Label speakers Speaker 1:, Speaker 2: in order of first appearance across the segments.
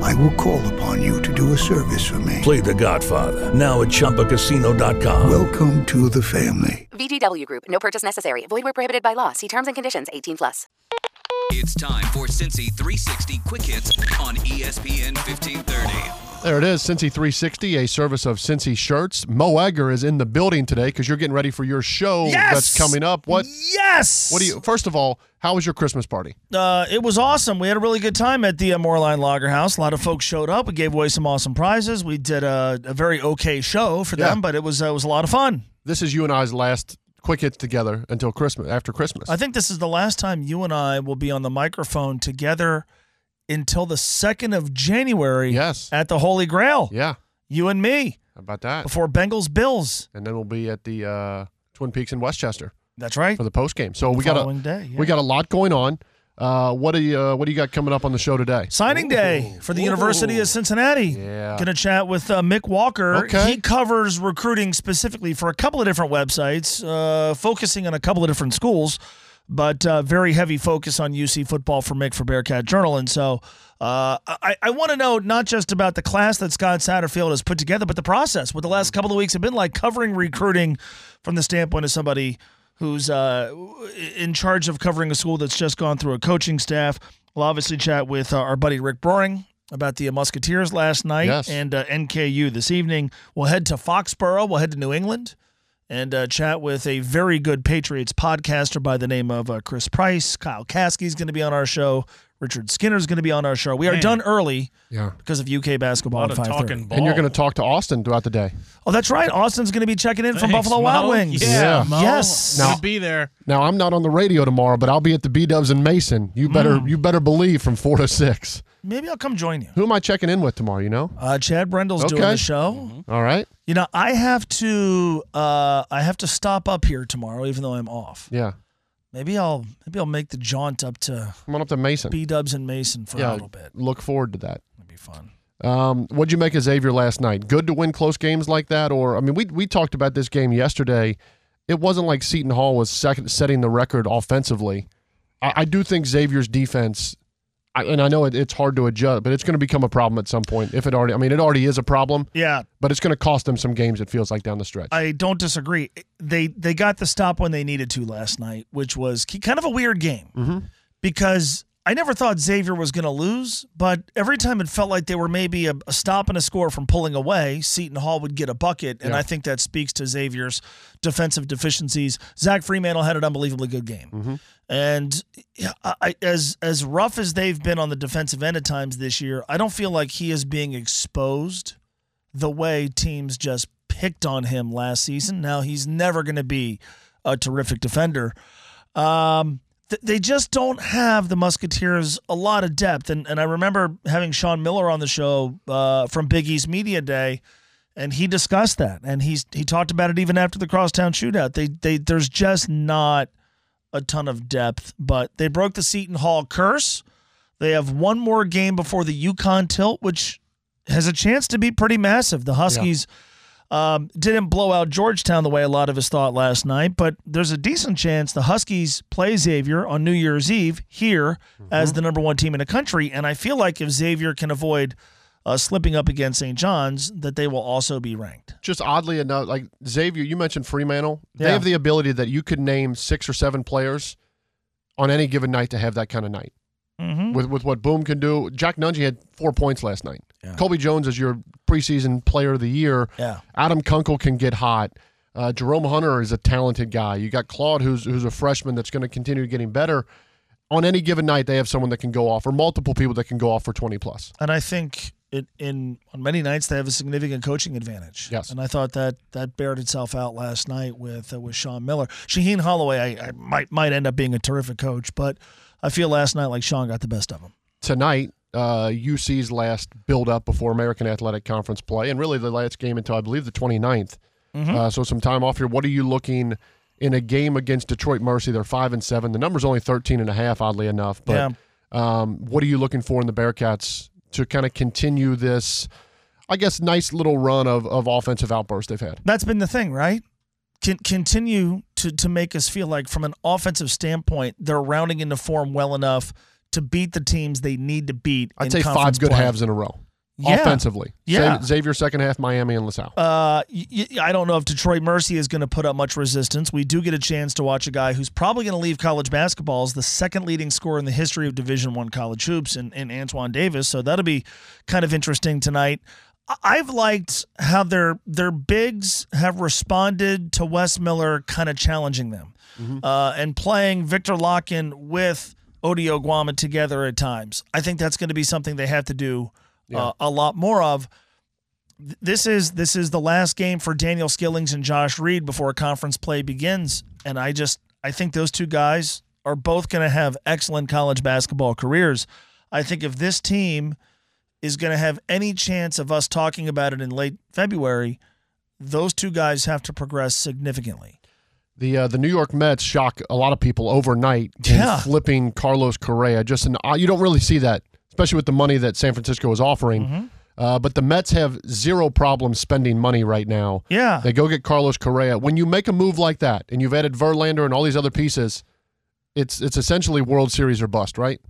Speaker 1: I will call upon you to do a service for me.
Speaker 2: Play The Godfather now at ChumbaCasino.com.
Speaker 1: Welcome to the family.
Speaker 3: VGW Group. No purchase necessary. Void where prohibited by law. See terms and conditions. 18 plus.
Speaker 4: It's time for Cincy 360 Quick Hits on E ESPN 1530.
Speaker 5: There it is, Cincy 360, a service of Cincy Shirts. Mo Egger is in the building today because you're getting ready for your show
Speaker 6: Yes!
Speaker 5: Oh, that's coming up. What?
Speaker 6: Yes.
Speaker 5: What do you? First of all, how was your Christmas party?
Speaker 6: Uh, it was awesome. We had a really good time at the uh, Moorline Lager House. A lot of folks showed up. We gave away some awesome prizes. We did a, a very okay show for
Speaker 5: Yeah.
Speaker 6: them, but it was uh, it was a lot of fun.
Speaker 5: This is you and I's last quick hit together until Christmas. After Christmas,
Speaker 6: I think this is the last time you and I will be on the microphone together until the second of January.
Speaker 5: Yes.
Speaker 6: At the Holy Grail,
Speaker 5: yeah.
Speaker 6: you and me
Speaker 5: How about that?
Speaker 6: before Bengals Bills.
Speaker 5: And then we'll be at the uh, Twin Peaks in Westchester
Speaker 6: That's right.
Speaker 5: for the post game. So we got a
Speaker 6: following day, yeah.
Speaker 5: we got a lot going on. Uh, what do you uh, What do you got coming up on the show today?
Speaker 6: Signing day for the University of Cincinnati.
Speaker 5: Yeah.
Speaker 6: Going to chat with uh, Mick Walker.
Speaker 5: Okay.
Speaker 6: He covers recruiting specifically for a couple of different websites, uh, focusing on a couple of different schools, but uh, very heavy focus on UC football for Mick for Bearcat Journal. And so uh, I, I want to know not just about the class that Scott Satterfield has put together, but the process, what the last couple of weeks have been like covering recruiting from the standpoint of somebody who's uh, in charge of covering a school that's just gone through a coaching staff. We'll obviously chat with uh, our buddy Rick Broering about the Musketeers last night
Speaker 5: Yes.
Speaker 6: and uh, NKU this evening. We'll head to Foxborough. We'll head to New England and uh, chat with a very good Patriots podcaster by the name of uh, Chris Price. Kyle Kasky is going to be on our show. Richard Skinner is going to be on our show. We are
Speaker 7: Man.
Speaker 6: done early
Speaker 5: Yeah.
Speaker 6: because of UK
Speaker 7: A
Speaker 6: basketball
Speaker 7: lot
Speaker 6: at
Speaker 7: of
Speaker 6: five thirty.
Speaker 7: talking ball.
Speaker 5: And you're going to talk to Austin throughout the day.
Speaker 6: Oh, that's right. Austin's going to be checking in from
Speaker 7: Thanks,
Speaker 6: Buffalo Wild
Speaker 7: Mo.
Speaker 6: Wings.
Speaker 5: Yeah.
Speaker 7: Yeah, Mo.
Speaker 6: Yes.
Speaker 7: Good
Speaker 5: Now-
Speaker 7: to be there.
Speaker 5: Now I'm not on the radio tomorrow, but I'll be at the B Dubs in Mason. You better
Speaker 6: Mm.
Speaker 5: you better believe from four to six.
Speaker 6: Maybe I'll come join you.
Speaker 5: Who am I checking in with tomorrow? You know.
Speaker 6: Uh, Chad Brendel's doing
Speaker 5: Okay.
Speaker 6: the show.
Speaker 7: Mm-hmm.
Speaker 5: All right.
Speaker 6: You know, I have to uh, I have to stop up here tomorrow, even though I'm off.
Speaker 5: Yeah.
Speaker 6: Maybe I'll maybe I'll make the jaunt up to
Speaker 5: Come on up to Mason.
Speaker 6: B Dubs and Mason for
Speaker 5: yeah.
Speaker 6: a little bit.
Speaker 5: Look forward to that.
Speaker 6: That'd be fun.
Speaker 5: Um, what'd you make of Xavier last night? Good to win close games like that, or I mean, we we talked about this game yesterday. It wasn't like Seton Hall was second, setting the record offensively. I, I do think Xavier's defense, I, and I know it, it's hard to adjust, but it's going to become a problem at some point. If it already, I mean, it already is a problem,
Speaker 6: Yeah,
Speaker 5: but it's going to cost them some games. It feels like down the stretch.
Speaker 6: I don't disagree. They they got the stop when they needed to last night, which was ki- kind of a weird game
Speaker 5: Mm-hmm.
Speaker 6: because I never thought Xavier was going to lose, but every time it felt like they were maybe a, a stop and a score from pulling away, Seton Hall would get a bucket, and
Speaker 5: Yeah.
Speaker 6: I think that speaks to Xavier's defensive deficiencies. Zach Fremantle had an unbelievably good game,
Speaker 5: Mm-hmm.
Speaker 6: and yeah, I, I- as as rough as they've been on the defensive end at times this year, I don't feel like he is being exposed the way teams just picked on him last season. Now he's never going to be a terrific defender. Um, th- they just don't have the Musketeers a lot of depth. And, and I remember having Sean Miller on the show uh, from Big East Media Day, and he discussed that. And he's he talked about it even after the crosstown shootout. They they there's just not a ton of depth, but they broke the Seton Hall curse. They have one more game before the Yukon tilt, which has a chance to be pretty massive. The Huskies um, didn't blow out Georgetown the way a lot of us thought last night, but there's a decent chance the Huskies play Xavier on New Year's Eve here as the number one team in the country. And I feel like if Xavier can avoid uh, slipping up against St. John's, that they will also be ranked.
Speaker 5: just oddly enough, like Xavier, you mentioned Fremantle. They
Speaker 6: Yeah.
Speaker 5: have the ability that you could name six or seven players on any given night to have that kind of night.
Speaker 6: Mm-hmm.
Speaker 5: With with what Boom can do, Jack Nungy had four points last night.
Speaker 6: Yeah.
Speaker 5: Colby Jones is your preseason player of the year.
Speaker 6: Yeah.
Speaker 5: Adam Kunkel can get hot. Uh, Jerome Hunter is a talented guy. You got Claude, who's who's a freshman that's going to continue getting better. On any given night, they have someone that can go off, or multiple people that can go off for twenty plus.
Speaker 6: And I think it, in on many nights they have a significant coaching advantage.
Speaker 5: Yes.
Speaker 6: And I thought that that bared itself out last night with uh, with Sean Miller, Shaheen Holloway. I, I might might end up being a terrific coach, but I feel last night like Sean got the best of him.
Speaker 5: tonight, uh, UC's last build up before American Athletic Conference
Speaker 6: Mm-hmm.
Speaker 5: play, and really the last game until I believe the 29th. Uh, so some time off here. What are you looking in a game against Detroit Mercy. They're five and seven. The number's only 13 and a half, oddly enough. But
Speaker 6: Yeah.
Speaker 5: um, what are you looking for in the Bearcats to kind of continue this, I guess, nice little run of, of offensive outbursts they've had?
Speaker 6: That's been the thing, right? Can continue to to make us feel like from an offensive standpoint, they're rounding into form well enough to beat the teams they need to beat.
Speaker 5: I'd
Speaker 6: in
Speaker 5: say
Speaker 6: conference
Speaker 5: five good
Speaker 6: play.
Speaker 5: halves in a row.
Speaker 6: Yeah.
Speaker 5: Offensively.
Speaker 6: Yeah.
Speaker 5: Xav- Xavier second half, Miami and LaSalle.
Speaker 6: Uh, y- y- I don't know if Detroit Mercy is going to put up much resistance. We do get a chance to watch a guy who's probably going to leave college basketball as the second leading scorer in the history of Division One college hoops, and, and Antoine Davis. So that'll be kind of interesting tonight. I- I've liked how their their bigs have responded to Wes Miller kind of challenging them, uh, and playing Victor Locken with Odio Guama together at times. I think that's going to be something they have to do uh, a lot more of this is this is the last game for Daniel Skillings and Josh Reed before conference play begins, and I just I think those two guys are both going to have excellent college basketball careers. I think if this team is going to have any chance of us talking about it in late February, those two guys have to progress significantly.
Speaker 5: The uh, the New York Mets shock a lot of people overnight in
Speaker 6: Yeah.
Speaker 5: flipping Carlos Correa. Just an uh, you don't really see that, especially with the money that San Francisco is offering.
Speaker 6: Mm-hmm.
Speaker 5: Uh, but the Mets have zero problem spending money right now.
Speaker 6: Yeah.
Speaker 5: They go get Carlos Correa. When you make a move like that, and you've added Verlander and all these other pieces, it's it's essentially World Series or bust, right?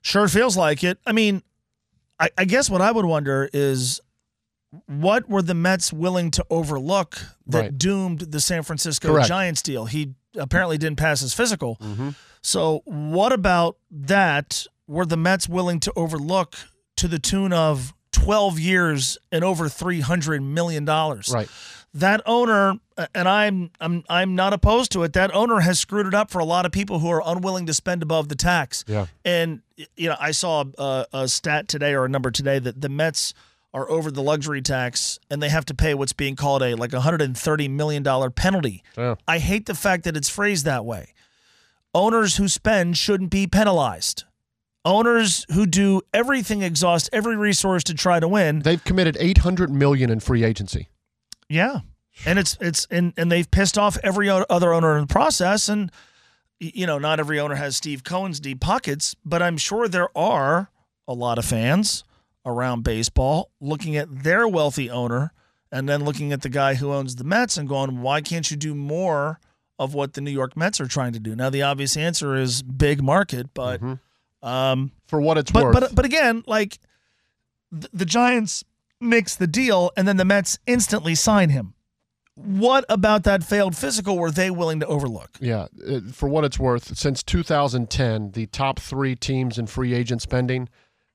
Speaker 6: Sure feels like it. I mean, I, I guess what I would wonder is what were the Mets willing to overlook that
Speaker 5: Right.
Speaker 6: doomed the San Francisco
Speaker 5: Correct. Mm-hmm.
Speaker 6: Giants deal? He apparently didn't pass his physical. So, what about that were the Mets willing to overlook to the tune of 12 years and over $300 million?
Speaker 5: Right.
Speaker 6: that owner uh, and I'm I'm I'm not opposed to it. That owner has screwed it up for a lot of people who are unwilling to spend above the tax.
Speaker 5: Yeah.
Speaker 6: And you know, I saw a, a stat today or a number today that the Mets are over the luxury tax and they have to pay what's being called a like 130 million dollar penalty.
Speaker 5: Yeah.
Speaker 6: I hate the fact that it's phrased that way. Owners who spend shouldn't be penalized. Owners who do everything exhaust every resource to try to win
Speaker 5: They've committed eight hundred million in free agency.
Speaker 6: yeah, and it's it's and and they've pissed off every o- other owner in the process, and y- you know not every owner has Steve Cohen's deep pockets, but I'm sure there are a lot of fans around baseball looking at their wealthy owner and then looking at the guy who owns the Mets and going, why can't you do more of what the New York Mets are trying to do? Now the obvious answer is big market, but um,
Speaker 5: For what it's
Speaker 6: but
Speaker 5: worth,
Speaker 6: but but again, like the, the Giants makes the deal, and then the Mets instantly sign him. What about that failed physical were they willing to overlook?
Speaker 5: Yeah, uh, for what it's worth, since 2010, the top three teams in free agent spending: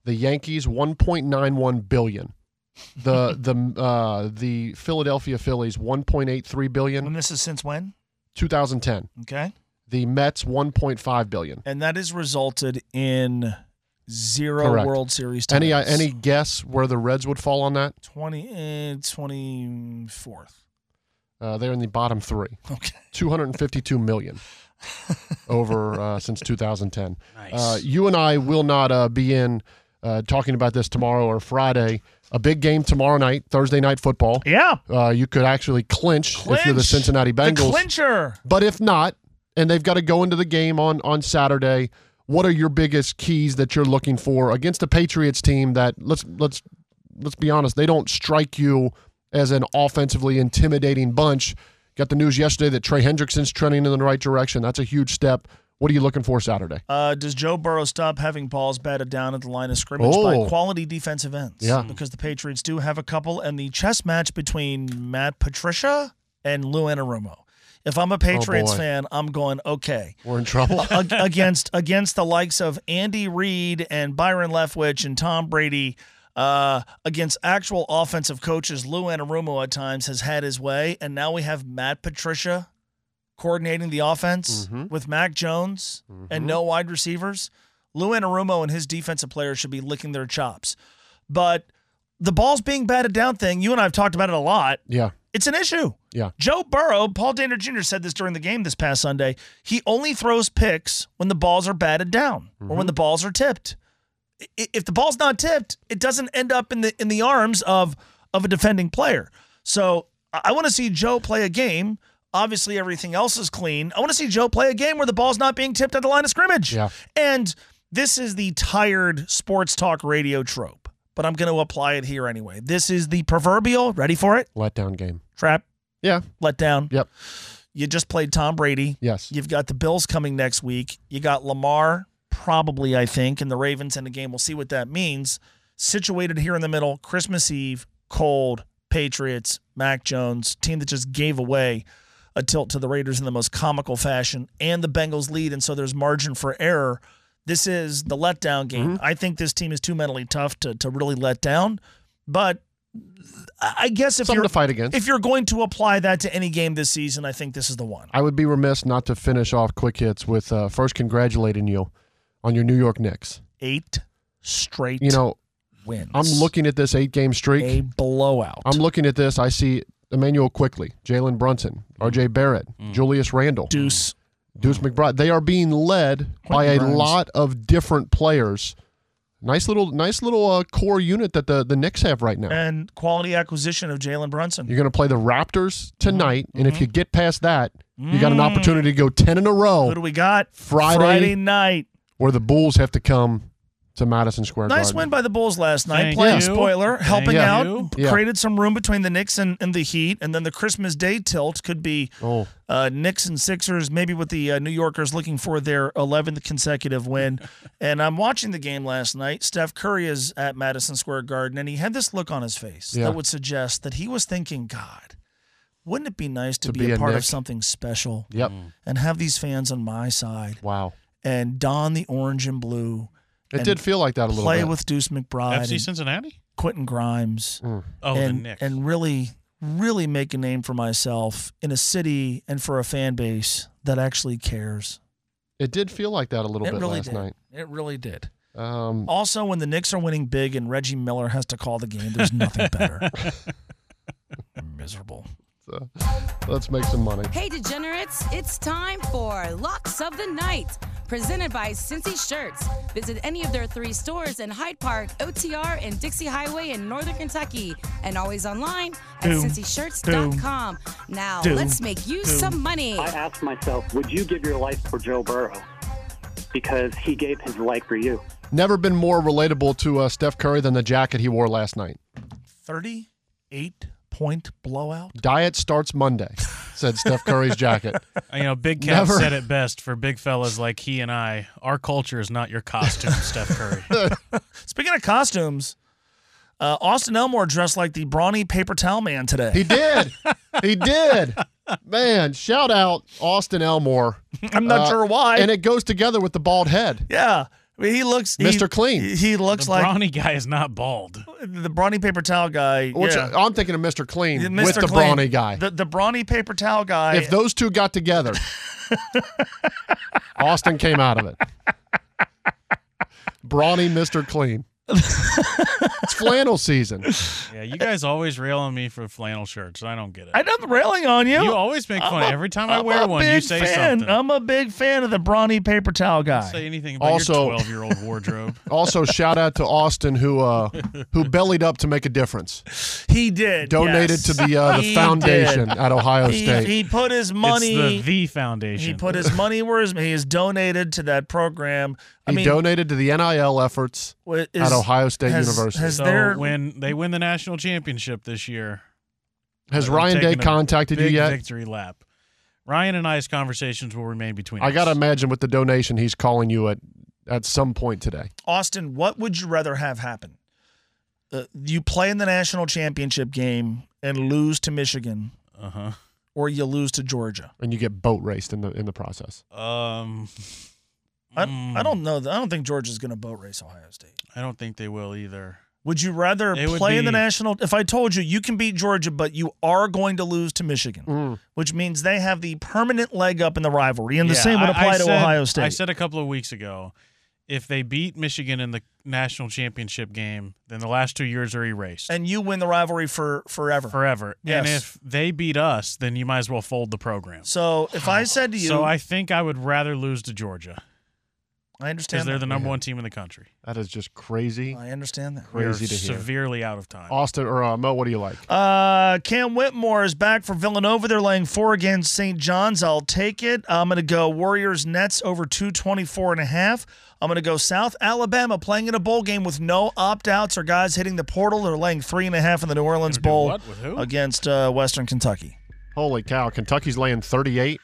Speaker 5: the Yankees 1.91 billion, the the uh, the Philadelphia Phillies 1.83
Speaker 6: And
Speaker 5: billion,
Speaker 6: this is since when?
Speaker 5: 2010,
Speaker 6: Okay,
Speaker 5: the Mets 1.5 billion.
Speaker 6: and that has resulted in zero
Speaker 5: Correct.
Speaker 6: World Series. Titles.
Speaker 5: Any uh, any guess where the Reds would fall on that?
Speaker 6: twenty eh, twenty fourth.
Speaker 5: Uh, they're in the bottom three.
Speaker 6: Okay,
Speaker 5: 252 million over uh, since 2010. Uh, you and I will not uh, be in uh, talking about this tomorrow or Friday. A big game tomorrow night, Thursday night football.
Speaker 6: yeah.
Speaker 5: Uh, you could actually clinch, if you're the
Speaker 6: Clinch.
Speaker 5: Cincinnati
Speaker 6: The
Speaker 5: Bengals.
Speaker 6: clincher.
Speaker 5: but if not, and they've got to go into the game on on Saturday. What are your biggest keys that you're looking for against a Patriots team that let's let's let's be honest, they don't strike you as an offensively intimidating bunch. Got the news yesterday that Trey Hendrickson's trending in the right direction. That's a huge step. What are you looking for Saturday?
Speaker 6: Uh, does Joe Burrow stop having balls batted down at the line of scrimmage
Speaker 5: Oh.
Speaker 6: by quality defensive ends?
Speaker 5: Yeah.
Speaker 6: Because the Patriots do have a couple, and the chess match between Matt Patricia and Lou Anarumo. If I'm a Patriots
Speaker 5: Oh, boy.
Speaker 6: fan, I'm going, okay.
Speaker 5: We're in trouble.
Speaker 6: Ag- against against the likes of Andy Reid and Byron Leftwich and Tom Brady, uh, against actual offensive coaches, Lou Anarumo at times has had his way, and now we have Matt Patricia coordinating the offense with Mac Jones and no wide receivers. Lou Anarumo and his defensive players should be licking their chops, but the ball's being batted down thing. You and I have talked about it a lot.
Speaker 5: yeah,
Speaker 6: It's an issue.
Speaker 5: yeah.
Speaker 6: Joe Burrow, Paul Danner Jr. said this during the game this past Sunday. He only throws picks when the balls are batted down or when the balls are tipped. I- If the ball's not tipped, it doesn't end up in the in the arms of of a defending player. So I want to see Joe play a game Obviously, everything else is clean. I want to see Joe play a game where the ball's not being tipped at the line of scrimmage.
Speaker 5: Yeah.
Speaker 6: And this is the tired sports talk radio trope, but I'm going to apply it here anyway. This is the proverbial, ready for it?
Speaker 5: Letdown game.
Speaker 6: Trap,
Speaker 5: Yeah.
Speaker 6: let down.
Speaker 5: Yep.
Speaker 6: You just played Tom Brady.
Speaker 5: Yes.
Speaker 6: You've got the Bills coming next week. You got Lamar, probably, I think, and the Ravens in the game. We'll see what that means. Situated here in the middle, Christmas Eve, cold, Patriots, Mac Jones, team that just gave away a tilt to the Raiders in the most comical fashion, and the Bengals lead, and so there's margin for error. This is the letdown game.
Speaker 5: Mm-hmm.
Speaker 6: I think this team is too mentally tough to, to really let down, but I I guess if
Speaker 5: Something
Speaker 6: you're
Speaker 5: to fight against.
Speaker 6: if you're going to apply that to any game this season, I think this is the one.
Speaker 5: I would be remiss not to finish off quick hits with uh, first congratulating you on your New York Knicks.
Speaker 6: eight straight
Speaker 5: You know,
Speaker 6: wins.
Speaker 5: I'm looking at this eight game streak.
Speaker 6: a blowout.
Speaker 5: I'm looking at this. I see Emmanuel Quickly, Jalen Brunson,
Speaker 6: Mm.
Speaker 5: R.J. Barrett, Julius Randle,
Speaker 6: Deuce.
Speaker 5: Deuce McBride. They are being led by a
Speaker 6: Grimes.
Speaker 5: lot of different players. Nice little, nice little uh, core unit that the the Knicks have right now.
Speaker 6: And quality acquisition of Jalen Brunson.
Speaker 5: You're going to play the Raptors tonight, and
Speaker 6: Mm-hmm.
Speaker 5: if you get past that, you got an
Speaker 6: Mm.
Speaker 5: opportunity to go ten in a
Speaker 6: Who
Speaker 5: row,
Speaker 6: do we got?
Speaker 5: Friday.
Speaker 6: night.
Speaker 5: where the Bulls have to come to Madison Square
Speaker 6: Nice
Speaker 5: Garden.
Speaker 6: win by the Bulls last night.
Speaker 7: Thank
Speaker 6: Playing
Speaker 7: you.
Speaker 6: spoiler,
Speaker 7: Thank
Speaker 6: helping
Speaker 7: you.
Speaker 6: out,
Speaker 5: Yeah.
Speaker 6: created some room between the Knicks and, and the Heat. And then the Christmas Day tilt could be
Speaker 5: Oh,
Speaker 6: uh, Knicks and Sixers, maybe with the uh, New Yorkers looking for their 11th consecutive win. and I'm watching the game last night. Steph Curry is at Madison Square Garden, and he had this look on his face
Speaker 5: Yeah.
Speaker 6: that would suggest that he was thinking, God, wouldn't it be nice to,
Speaker 5: To
Speaker 6: be,
Speaker 5: be
Speaker 6: a
Speaker 5: a
Speaker 6: part of
Speaker 5: Knick."
Speaker 6: something special
Speaker 5: yep.
Speaker 6: and have these fans on my side
Speaker 5: Wow.
Speaker 6: and don the orange and blue,
Speaker 5: It
Speaker 6: And
Speaker 5: did feel like that a little
Speaker 6: play
Speaker 5: bit.
Speaker 6: with Deuce McBride,
Speaker 7: FC
Speaker 6: and
Speaker 7: Cincinnati?
Speaker 6: Quentin Grimes,
Speaker 7: Oh,
Speaker 6: and,
Speaker 7: the Knicks.
Speaker 6: and really, really make a name for myself in a city and for a fan base that actually cares.
Speaker 5: it did feel like that a little
Speaker 6: It
Speaker 5: bit
Speaker 6: really
Speaker 5: last
Speaker 6: did.
Speaker 5: night.
Speaker 6: It really did.
Speaker 5: Um,
Speaker 6: Also, when the Knicks are winning big and Reggie Miller has to call the game, there's nothing better. Miserable.
Speaker 5: so, let's make some money.
Speaker 8: Hey, degenerates, it's time for Locks of the Night, presented by Cincy Shirts. Visit any of their three stores in Hyde Park, OTR, and Dixie Highway in Northern Kentucky, and always online at
Speaker 6: Doom.
Speaker 8: cincyshirts.com. Now,
Speaker 6: Doom.
Speaker 8: let's make you
Speaker 6: Doom.
Speaker 8: some money.
Speaker 9: I asked myself, would you give your life for Joe Burrow? Because he gave his life for you.
Speaker 5: Never been more relatable to uh, Steph Curry than the jacket he wore last night.
Speaker 6: 38 point blowout.
Speaker 5: Diet starts Monday, said Steph Curry's jacket.
Speaker 7: you know, Big Cat
Speaker 5: Never-
Speaker 7: said it best for big fellas like he and I. Our culture is not your costume, Steph Curry.
Speaker 6: Speaking of costumes, uh, Austin Elmore dressed like the brawny paper towel man today.
Speaker 5: He did. he did. Man, shout out Austin Elmore.
Speaker 6: I'm not
Speaker 5: Uh,
Speaker 6: sure why.
Speaker 5: And it goes together with the bald head.
Speaker 6: yeah. I mean, he looks he-
Speaker 5: Mr. Clean.
Speaker 6: He, he looks
Speaker 7: the
Speaker 6: like
Speaker 7: brawny guy is not bald.
Speaker 6: the brawny paper towel guy.
Speaker 5: Which
Speaker 6: yeah.
Speaker 5: I'm thinking of Mr. Clean
Speaker 6: Mr.
Speaker 5: with the
Speaker 6: Clean.
Speaker 5: brawny guy.
Speaker 6: The, the brawny paper towel guy.
Speaker 5: if those two got together, Austin came out of it. Brawny Mr. Clean. it's flannel season.
Speaker 7: Yeah, you guys always rail on me for flannel shirts. and I don't get it.
Speaker 6: I know the railing on you.
Speaker 7: you always make fun.
Speaker 6: I'm a-
Speaker 7: Every time I
Speaker 6: I'm
Speaker 7: wear
Speaker 6: a
Speaker 7: one, you
Speaker 6: big
Speaker 7: say
Speaker 6: fan.
Speaker 7: something.
Speaker 6: I'm a big fan of the brawny paper towel guy.
Speaker 7: Don't say anything about
Speaker 5: Also-
Speaker 7: your 12 year old wardrobe.
Speaker 5: Also, shout out to Austin who uh, who bellied up to make a difference.
Speaker 6: He did.
Speaker 5: Donated
Speaker 6: yes.
Speaker 5: to the uh,
Speaker 6: He
Speaker 5: the foundation
Speaker 6: did.
Speaker 5: at Ohio
Speaker 6: He,
Speaker 5: State.
Speaker 6: he put his
Speaker 7: It's
Speaker 6: money.
Speaker 7: the V Foundation.
Speaker 6: He put his money where his he has donated to that program. I
Speaker 5: he
Speaker 6: mean,
Speaker 5: donated to the NIL effortes
Speaker 6: what is,
Speaker 5: at Ohio State
Speaker 6: has-
Speaker 5: University.
Speaker 6: has-
Speaker 5: Has,
Speaker 7: so
Speaker 6: there-
Speaker 7: when they win the national championship this year, I'm
Speaker 5: Ryan Day
Speaker 7: taking a
Speaker 5: contacted you
Speaker 7: big
Speaker 5: yet?
Speaker 7: Victory lap. Ryan and I's conversations will remain between.
Speaker 5: I
Speaker 7: us.
Speaker 5: gotta imagine with the donation he's calling you at at some point today.
Speaker 6: Austin, what would you rather have happen? Uh, you play in the national championship game and lose to Michigan,
Speaker 7: Uh
Speaker 6: or you lose to Georgia.
Speaker 5: And you get boat raced in the in the process.
Speaker 7: huh. Um,
Speaker 6: I,
Speaker 7: Mm.
Speaker 6: I don't know. that- I don't think Georgia's going to boat race Ohio State.
Speaker 7: I don't think they will either.
Speaker 6: Would you rather
Speaker 7: It would
Speaker 6: play in the
Speaker 7: be-
Speaker 6: national? If I told you you can beat Georgia, but you are going to lose to Michigan, which means they have the permanent leg up in the rivalry, and the
Speaker 7: Yeah,
Speaker 6: same would
Speaker 7: I-
Speaker 6: apply
Speaker 7: I
Speaker 6: to
Speaker 7: said-
Speaker 6: Ohio State.
Speaker 7: I said a couple of weeks ago, if they beat Michigan in the national championship game, then the last two years are erased
Speaker 6: and you win the rivalry for forever.
Speaker 7: forever. And
Speaker 6: Yes.
Speaker 7: if they beat us, then you might as well fold the program.
Speaker 6: So if I said to you,
Speaker 7: So I think I would rather lose to Georgia.
Speaker 6: I understand.
Speaker 10: because they're
Speaker 6: that.
Speaker 10: the number one team in the country.
Speaker 5: That is just crazy.
Speaker 6: I understand that.
Speaker 10: We are
Speaker 5: Crazy to hear.
Speaker 10: Severely out of time.
Speaker 5: Austin or uh, Mo, what do you like?
Speaker 6: Uh, Cam Whitmore is back for Villanova. They're laying four against St. John's. I'll take it. I'm going to go Warriors Nets over 224 and a half. I'm going to go South Alabama playing in a bowl game with no opt outs or guys hitting the portal. They're laying three and a half in the New Orleans
Speaker 10: Gonna do
Speaker 6: Bowl
Speaker 10: what? With who?
Speaker 6: against uh, Western Kentucky.
Speaker 5: Holy cow, Kentucky's laying 38.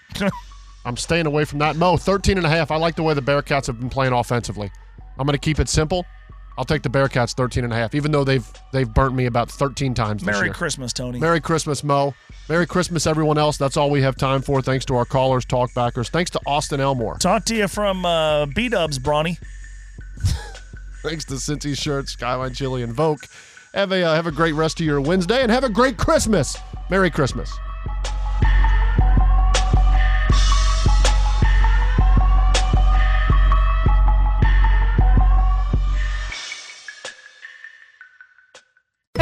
Speaker 5: I'm staying away from that. Mo, 13 and a half. I like the way the Bearcats have been playing offensively. I'm going to keep it simple. I'll take the Bearcats 13 and a half, even though they've they've burnt me about 13 times this
Speaker 6: Merry
Speaker 5: year.
Speaker 6: Christmas, Tony.
Speaker 5: Merry Christmas, Mo. Merry Christmas, everyone else. That's all we have time for. Thanks to our callers, talkbackers. Thanks to Austin Elmore.
Speaker 6: Talk to you from uh, B Dubs, Brawny.
Speaker 5: Thanks to Cincy Shirts, Skyline Chili, and Vogue. Have a, uh, have a great rest of your Wednesday and have a great Christmas. Merry Christmas.